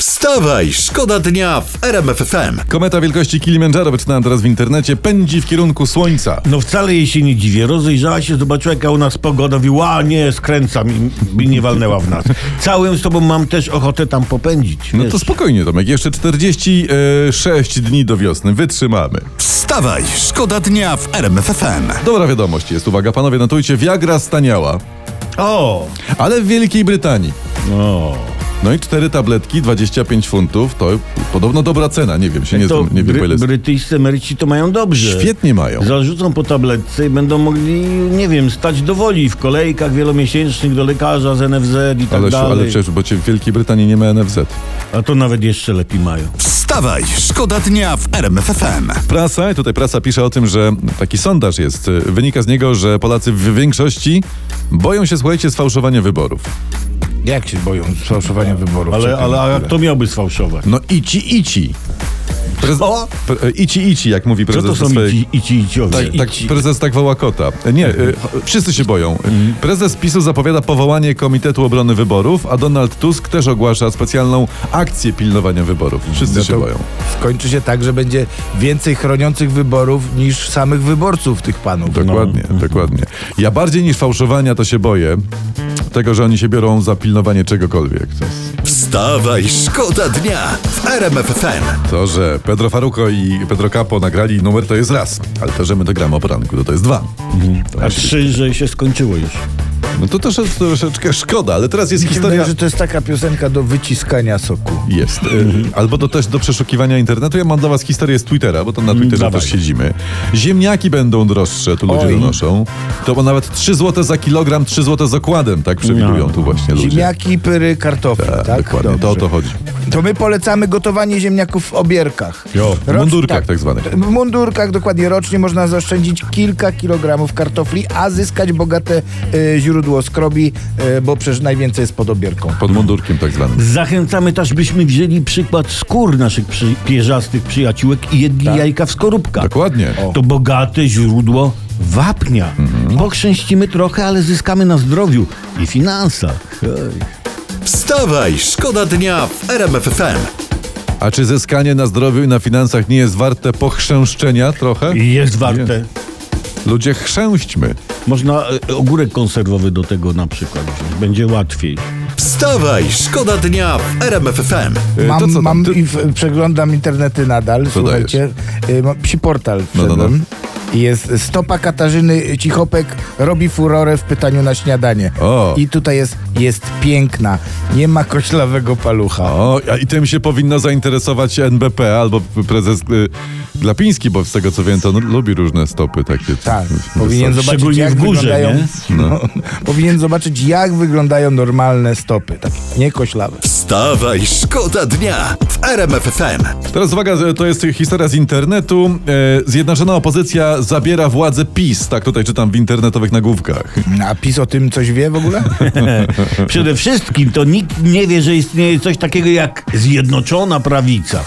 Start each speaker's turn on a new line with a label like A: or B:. A: Wstawaj, szkoda dnia w RMFFM.
B: Kometa wielkości Kilimandżaro, wyczytałem teraz w internecie, pędzi w kierunku Słońca.
C: No wcale jej się nie dziwię. Rozejrzała się, zobaczyła jaka u nas pogoda. Mówi, ła, nie, skręcam i i nie walnęła w nas. Całym sobą mam też ochotę tam popędzić.
B: No
C: wiesz.
B: to spokojnie, Tomek, jeszcze 46 dni do wiosny, wytrzymamy.
A: Wstawaj, szkoda dnia w RMFFM.
B: Dobra wiadomość jest, uwaga, panowie, notujcie, Viagra staniała,
C: O!
B: ale w Wielkiej Brytanii.
C: No.
B: No i cztery tabletki, 25 funtów, to podobno dobra cena, nie wiem, się nie,
C: to
B: znam, nie wiem, po ile
C: bry,
B: jest.
C: brytyjscy emeryci to mają dobrze.
B: Świetnie mają.
C: Zarzucą po tabletce i będą mogli, nie wiem, stać do woli w kolejkach wielomiesięcznych do lekarza z NFZ i tak
B: Ale,
C: dalej.
B: ale przecież, bo cię w Wielkiej Brytanii nie ma NFZ.
C: A to nawet jeszcze lepiej mają.
A: Wstawaj, szkoda dnia w RMFFM.
B: Prasa, i tutaj prasa pisze o tym, że taki sondaż jest, y, wynika z niego, że Polacy w większości boją się, słuchajcie, sfałszowania wyborów.
D: Jak się boją sfałszowania wyborów?
C: Ale,
D: Czekaj
C: ale
D: na
C: a
D: chwilę.
C: kto miałby sfałszować?
B: No ici, ici. Prez... Pre... e, Ici, ici, jak mówi
C: Co
B: prezes.
C: to są
B: swojej-
C: ici, ici, Mhm. iciowie?
B: Tak, tak, prezes tak woła kota. Nie, y, ch- wszyscy się boją.
C: Mhm.
B: Prezes PiSu zapowiada powołanie Komitetu Obrony Wyborów, a Donald Tusk też ogłasza specjalną akcję pilnowania wyborów. Wszyscy
D: No
B: się
D: to
B: boją.
D: Skończy się tak, że będzie więcej chroniących wyborów niż samych wyborców tych panów.
B: Dokładnie, dokładnie. Ja bardziej niż fałszowania to się boję tego, że oni się biorą za pilnowanie czegokolwiek. To, jest
A: Wstawaj, szkoda dnia w RMFFM.
B: to że Pedro Faruko i Pedro Capo nagrali numer to jest raz, ale to, że my to gramy o poranku, to, to jest dwa. To
C: A trzy, że się skończyło już.
B: No to też jest troszeczkę szkoda, ale teraz jest historia...
D: Wydaje, że to jest taka piosenka do wyciskania soku.
B: Jest. Y, Albo to też do przeszukiwania internetu. Ja mam dla was historię z Twittera, bo tam na Twitterze
C: dawaj.
B: też siedzimy. Ziemniaki będą droższe, tu ludzie
D: Oj.
B: donoszą. To bo nawet 3 zł za kilogram, 3 zł z okładem, tak przewidują
C: No.
B: tu właśnie ludzie.
D: Ziemniaki, pyry, kartofle,
B: Tak,
D: tak?
B: dokładnie, to o
D: Dobrze.
B: to chodzi.
D: To my polecamy gotowanie ziemniaków w obierkach.
B: Jo, w mundurkach tak zwanych.
D: W mundurkach dokładnie rocznie można zaoszczędzić kilka kilogramów kartofli, a zyskać bogate y, źródło skrobi, y, bo przecież najwięcej jest pod obierką.
B: Pod mundurkiem tak zwanym.
C: Zachęcamy też, byśmy wzięli przykład skór naszych przy, pierzastych przyjaciółek i jedli jajka w skorupkach.
B: Dokładnie.
C: To bogate źródło wapnia. Pochrzęścimy trochę, ale zyskamy na zdrowiu i finansach. Ej.
A: Wstawaj, szkoda dnia w RMFFM.
B: A czy zyskanie na zdrowiu i na finansach nie jest warte pochrzęszczenia trochę?
C: I jest warte.
B: Ludzie chrzęśćmy.
C: Można e, ogórek konserwowy do tego na przykład wziąć. Będzie łatwiej.
A: Wstawaj, szkoda dnia w RMFFM.
B: Y,
D: Mam,
B: to co tam?
D: mam
B: Ty-
D: i w, przeglądam internety nadal, słuchajcie. Y, mam Psi portal
B: no, no.
D: wszedłem. I Jest stopa Katarzyny Cichopek robi furorę w pytaniu na śniadanie.
B: O.
D: I tutaj jest, jest piękna, nie ma koślawego palucha.
B: O, a i tym się powinno zainteresować NBP albo prezes y, Glapiński, bo z tego co wiem, to on lubi różne stopy takie. No,
D: Tak,
B: Wysokie.
D: powinien zobaczyć
C: Szczególnie
D: jak
C: w górze,
D: wyglądają,
C: nie?
D: no, powinien zobaczyć jak wyglądają normalne stopy, takie nie koślawe.
A: Wstawaj, szkoda dnia w RMFFM.
B: no, Teraz uwaga, że to jest historia z internetu. E, Zjednoczona opozycja zabiera władzę PiS, tak tutaj czytam w internetowych nagłówkach.
D: A PiS o tym coś wie w ogóle?
C: Przede wszystkim to nikt nie wie, że istnieje coś takiego jak Zjednoczona Prawica.